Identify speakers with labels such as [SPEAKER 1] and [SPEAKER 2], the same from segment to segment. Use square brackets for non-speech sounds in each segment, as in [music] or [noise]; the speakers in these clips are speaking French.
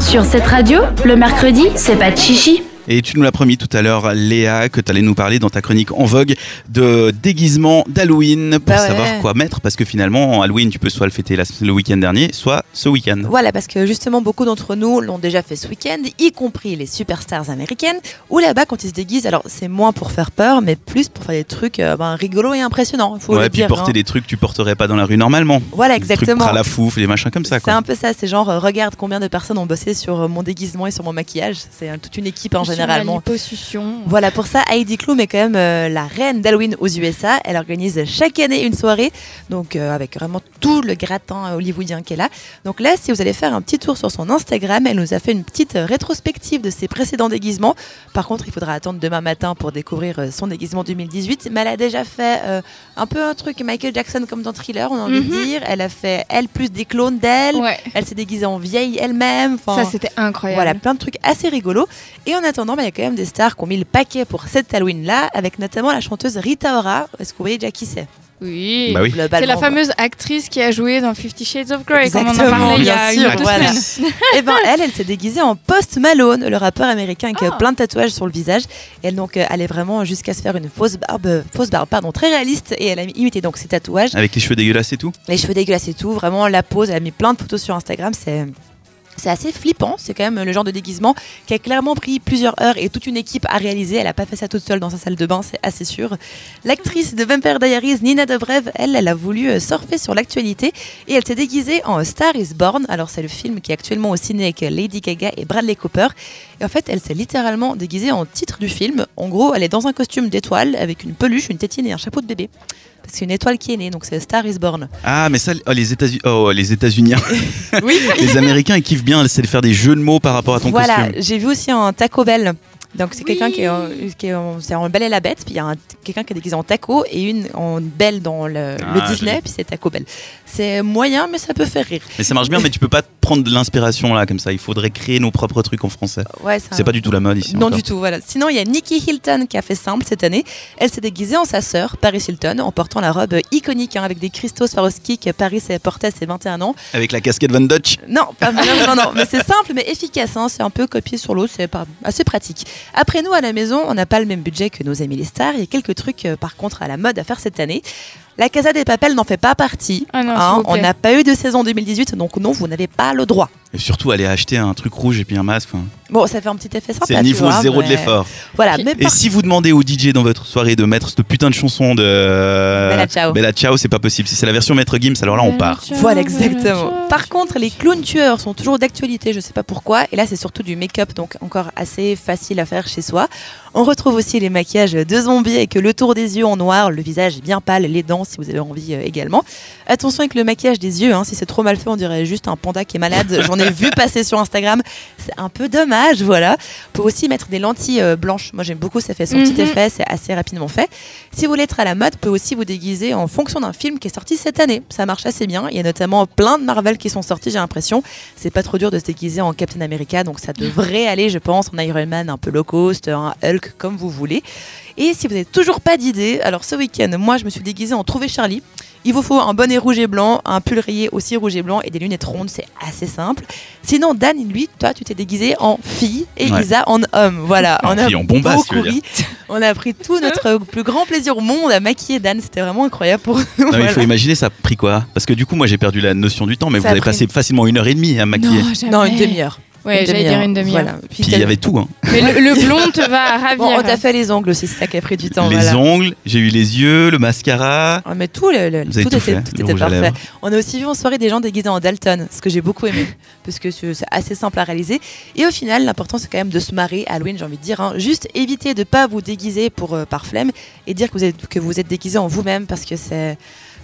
[SPEAKER 1] Sur cette radio, le mercredi, c'est pas de chichi.
[SPEAKER 2] Et tu nous l'as promis tout à l'heure, Léa, que tu allais nous parler dans ta chronique en vogue de déguisement d'Halloween pour
[SPEAKER 3] Bah ouais.
[SPEAKER 2] savoir quoi mettre. Parce que finalement, Halloween, tu peux soit le fêter la- le week-end dernier, soit ce week-end.
[SPEAKER 3] Voilà, parce que justement, beaucoup d'entre nous l'ont déjà fait ce week-end, y compris les superstars américaines, ou là-bas, quand ils se déguisent, alors c'est moins pour faire peur, mais plus pour faire des trucs euh, ben, rigolos et impressionnants, faut
[SPEAKER 2] ouais,
[SPEAKER 3] le
[SPEAKER 2] puis
[SPEAKER 3] dire.
[SPEAKER 2] porter
[SPEAKER 3] hein.
[SPEAKER 2] des trucs que tu porterais pas dans la rue normalement.
[SPEAKER 3] Voilà,
[SPEAKER 2] Des trucs
[SPEAKER 3] exactement.
[SPEAKER 2] la fouf, des machins comme ça.
[SPEAKER 3] C'est
[SPEAKER 2] Quoi.
[SPEAKER 3] un peu ça, c'est genre, euh, regarde combien de personnes ont bossé sur euh, mon déguisement et sur mon maquillage. C'est euh, toute une équipe, hein,
[SPEAKER 4] Sur
[SPEAKER 3] généralement.
[SPEAKER 4] La liposuction.
[SPEAKER 3] Voilà, pour ça, Heidi Klum est quand même euh, la reine d'Halloween aux USA. Elle organise chaque année une soirée, donc euh, avec vraiment tout le gratin euh, hollywoodien qu'elle a. Donc là, si vous allez faire un petit tour sur son Instagram, elle nous a fait une petite euh, rétrospective de ses précédents déguisements. Par contre, il faudra attendre demain matin pour découvrir euh, son déguisement 2018. Mais elle a déjà fait euh, un peu un truc Michael Jackson comme dans Thriller, on a envie de
[SPEAKER 4] Mhm.
[SPEAKER 3] dire. Elle a fait elle plus des clones d'elle.
[SPEAKER 4] Ouais.
[SPEAKER 3] Elle s'est déguisée en vieille elle-même. Enfin,
[SPEAKER 4] Ça, c'était incroyable.
[SPEAKER 3] voilà, plein de trucs assez rigolos. Et en attendant, bah, il y a quand même des stars qui ont mis le paquet pour cette Halloween-là, avec notamment la chanteuse Rita Ora. Est-ce que vous voyez déjà qui c'est
[SPEAKER 4] Oui.
[SPEAKER 2] Bah oui.
[SPEAKER 4] C'est la
[SPEAKER 3] Globalement,
[SPEAKER 4] fameuse actrice qui a joué dans Fifty Shades of Grey, comme on en
[SPEAKER 3] Exactement,
[SPEAKER 4] parlait il y a
[SPEAKER 3] bien
[SPEAKER 4] une
[SPEAKER 3] sûr,
[SPEAKER 4] ou deux
[SPEAKER 3] voilà.
[SPEAKER 4] semaines.
[SPEAKER 3] voilà. Eh ben, elle, elle s'est déguisée en Post Malone, le rappeur américain qui a
[SPEAKER 4] Ah.
[SPEAKER 3] plein de tatouages sur le visage. Et elle, donc, euh, allait vraiment jusqu'à se faire une fausse barbe, euh, fausse barbe pardon, très réaliste. Et elle a imité donc ses tatouages,
[SPEAKER 2] Avec les cheveux dégueulasses et tout.
[SPEAKER 3] les cheveux dégueulasses et tout. Vraiment, la pose, elle a mis plein de photos sur Instagram. C'est. C'est assez flippant, c'est quand même le genre de déguisement qui a clairement pris plusieurs heures et toute une équipe à réaliser. Elle n'a pas fait ça toute seule dans sa salle de bain, c'est assez sûr. L'actrice de Vampire Diaries, Nina Dobrev, elle, elle a voulu euh, surfer sur l'actualité et elle s'est déguisée en A Star is Born. Alors, c'est le film qui est actuellement au ciné avec euh, Lady Gaga et Bradley Cooper. Et en fait, elle s'est littéralement déguisée en titre du film. En gros, elle est dans un costume d'étoile avec une peluche, une tétine et un chapeau de bébé. Parce qu'il y a une étoile qui est née, donc c'est A Star is Born.
[SPEAKER 2] Ah, mais ça, oh, les États-Unis. Oh, les
[SPEAKER 3] [laughs]
[SPEAKER 2] États-Uniens.
[SPEAKER 4] Oui.
[SPEAKER 2] [laughs] les Américains, ils kiffent bien, c'est de faire des jeux de mots par rapport à ton
[SPEAKER 3] voilà,
[SPEAKER 2] costume.
[SPEAKER 3] j'ai vu aussi un Taco Bell. Donc c'est
[SPEAKER 4] Oui.
[SPEAKER 3] quelqu'un qui est, en, qui est en- c'est en Belle et la Bête, puis il y a un- quelqu'un qui est déguisé en taco et une en Belle dans le,
[SPEAKER 2] Ah,
[SPEAKER 3] le
[SPEAKER 2] joli.
[SPEAKER 3] Disney, puis c'est Taco Bell. C'est moyen, mais ça peut faire rire.
[SPEAKER 2] Mais ça marche bien, mais tu peux pas prendre de l'inspiration là, comme ça. Il faudrait créer nos propres trucs en français.
[SPEAKER 3] Ouais, un-
[SPEAKER 2] C'est pas du tout la mode ici.
[SPEAKER 3] Non
[SPEAKER 2] encore.
[SPEAKER 3] du tout, voilà. Sinon, il y a Nikki Hilton qui a fait simple cette année. Elle s'est déguisée en sa sœur, Paris Hilton, en portant la robe iconique hein, avec des cristaux Swarovski que Paris portait à ses 21 ans.
[SPEAKER 2] Avec la casquette Van Dutch.
[SPEAKER 3] Non, pas vraiment, non, non. Mais c'est simple, mais efficace. hein. C'est un peu copié sur l'eau, c'est pas assez pratique. Après nous, à la maison, on n'a pas le même budget que nos amis les stars. Il y a quelques trucs, euh, par contre, à la mode à faire cette année. La Casa des Papels n'en fait pas partie.
[SPEAKER 4] Ah non,
[SPEAKER 3] hein.
[SPEAKER 4] s'il vous
[SPEAKER 3] On
[SPEAKER 4] plaît.
[SPEAKER 3] n'a pas eu de saison 2018, donc non, vous n'avez pas le droit.
[SPEAKER 2] Et surtout aller acheter un truc rouge et puis un masque. enfin,
[SPEAKER 3] Bon, ça fait un petit effet sympa.
[SPEAKER 2] C'est
[SPEAKER 3] tu
[SPEAKER 2] niveau
[SPEAKER 3] vois,
[SPEAKER 2] zéro de
[SPEAKER 3] mais-
[SPEAKER 2] l'effort.
[SPEAKER 3] Voilà,
[SPEAKER 4] Et
[SPEAKER 3] mais
[SPEAKER 2] Et
[SPEAKER 3] par
[SPEAKER 2] si vous demandez au DJ dans votre soirée de mettre cette putain de chanson de
[SPEAKER 3] Bella Ciao. Mm.
[SPEAKER 2] Bella Ciao, c'est pas possible. Si c'est la version Maître Gims, alors là on
[SPEAKER 3] [laughs]
[SPEAKER 2] part.
[SPEAKER 3] Voilà, exactement. Par contre, les clowns tueurs sont toujours d'actualité, je sais pas pourquoi. Et là, c'est surtout du make-up, donc encore assez facile à faire chez soi. On retrouve aussi les maquillages de zombies avec le tour des yeux en noir, le visage bien pâle, les dents si vous avez envie euh, également. Attention avec le maquillage des yeux, hein, si c'est trop mal fait, on dirait juste un panda qui est malade. J'en ai vu passer sur Instagram. C'est un peu dommage, voilà. On peut aussi mettre des lentilles euh, blanches. Moi, j'aime beaucoup, ça fait son petit
[SPEAKER 4] Mhm.
[SPEAKER 3] effet, c'est assez rapidement fait. Si vous voulez être à la mode, peut aussi vous déguiser en fonction d'un film qui est sorti cette année. Ça marche assez bien. Il y a notamment plein de Marvel qui sont sortis, j'ai l'impression. C'est pas trop dur de se déguiser en Captain America, donc ça devrait aller, je pense, en Iron Man un peu low cost, un Hulk comme vous voulez. Et si vous n'avez toujours pas d'idée, alors ce week-end, moi je me suis déguisée en Trouver Charlie. Il vous faut un bonnet rouge et blanc, un pull rayé aussi rouge et blanc et des lunettes rondes, c'est assez simple. Sinon, Dan, lui, toi, tu t'es déguisé en fille et
[SPEAKER 2] Ouais.
[SPEAKER 3] Lisa en homme. Voilà,
[SPEAKER 2] En
[SPEAKER 3] on a
[SPEAKER 2] fille en bombasse, tu
[SPEAKER 3] beaucoup
[SPEAKER 2] veux dire.
[SPEAKER 3] ri. On a pris tout notre plus grand plaisir au monde à maquiller Dan, c'était vraiment incroyable pour nous.
[SPEAKER 2] Non, mais il faut
[SPEAKER 3] Voilà.
[SPEAKER 2] imaginer ça a pris quoi Parce que du coup, moi j'ai perdu la notion du temps, mais
[SPEAKER 3] Ça
[SPEAKER 2] vous
[SPEAKER 3] a
[SPEAKER 2] avez
[SPEAKER 3] pris-
[SPEAKER 2] passé facilement une heure et demie à me maquiller.
[SPEAKER 4] Non, jamais.
[SPEAKER 3] Non, une demi-heure.
[SPEAKER 4] Ouais, j'allais dire une demi-heure.
[SPEAKER 3] Voilà.
[SPEAKER 2] Puis
[SPEAKER 3] Puis
[SPEAKER 2] il y
[SPEAKER 3] t'as-
[SPEAKER 2] avait tout. hein.
[SPEAKER 4] Mais le, le blond te va à ravir.
[SPEAKER 3] [laughs] Bon, on t'a fait les ongles aussi, c'est ça qui a pris du temps.
[SPEAKER 2] les
[SPEAKER 3] voilà.
[SPEAKER 2] ongles, j'ai eu les yeux, le mascara.
[SPEAKER 3] Ah, mais tout, le- le-
[SPEAKER 2] Vous avez
[SPEAKER 3] tout
[SPEAKER 2] tout
[SPEAKER 3] était,
[SPEAKER 2] fait,
[SPEAKER 3] tout
[SPEAKER 2] le
[SPEAKER 3] était
[SPEAKER 2] rouge à
[SPEAKER 3] parfait.
[SPEAKER 2] lèvres.
[SPEAKER 3] On a aussi vu en soirée des gens déguisés en Dalton, ce que j'ai beaucoup aimé,
[SPEAKER 4] [laughs]
[SPEAKER 3] parce que c'est c'est assez simple à réaliser. Et au final, l'important c'est quand même de se marrer à Halloween, j'ai envie de dire. hein. Juste éviter de pas vous déguiser pour, euh, par flemme et dire que vous êtes, que vous êtes déguisé en vous-même parce que c'est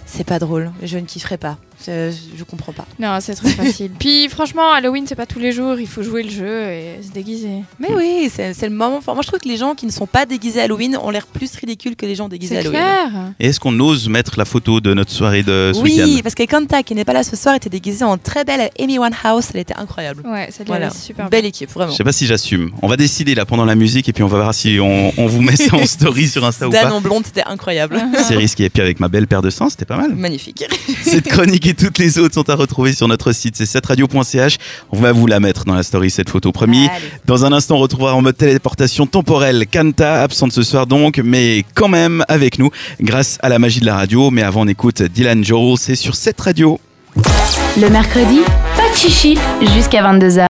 [SPEAKER 3] c'est pas drôle. Je ne kifferai pas. Je, je comprends pas.
[SPEAKER 4] Non, c'est trop facile. Puis franchement, Halloween, c'est pas tous les jours. Il faut jouer le jeu et se déguiser.
[SPEAKER 3] Mais oui, c'est c'est le moment. fort. moi je trouve que les gens qui ne sont pas déguisés à Halloween ont l'air plus ridicules que les gens déguisés à
[SPEAKER 4] C'est
[SPEAKER 3] Halloween.
[SPEAKER 4] clair.
[SPEAKER 2] Et est-ce qu'on ose mettre la photo de notre soirée de ce
[SPEAKER 3] Oui,
[SPEAKER 2] week-end
[SPEAKER 3] parce que Kanta, qui n'est pas là ce soir, était déguisée en très belle Amy Winehouse. Elle était incroyable.
[SPEAKER 4] Ouais, ça
[SPEAKER 3] Voilà.
[SPEAKER 4] devient super bien.
[SPEAKER 3] Belle équipe,
[SPEAKER 2] Je
[SPEAKER 3] vraiment.
[SPEAKER 2] sais pas si j'assume. On va décider là pendant la musique et puis on va voir si on, on vous met
[SPEAKER 3] [laughs]
[SPEAKER 2] ça en story sur Insta ou
[SPEAKER 3] Dan
[SPEAKER 2] pas.
[SPEAKER 4] [laughs]
[SPEAKER 3] en blonde, c'était incroyable.
[SPEAKER 2] [laughs]
[SPEAKER 3] [laughs]
[SPEAKER 2] C'est risqué. Et puis avec ma belle paire de seins, c'était pas mal.
[SPEAKER 3] Magnifique.
[SPEAKER 2] Cette chronique et toutes les autres sont à retrouver sur notre site, c'est 7radio.ch. On va vous la mettre dans la story, cette photo, promis.
[SPEAKER 3] Allez.
[SPEAKER 2] Dans un instant, on retrouvera en mode téléportation temporelle Kanta, absente ce soir donc, mais quand même avec nous, grâce à la magie de la radio. Mais avant, on écoute Dylan Joel, c'est sur cette radio.
[SPEAKER 1] Le mercredi, pas de chichi jusqu'à 22h.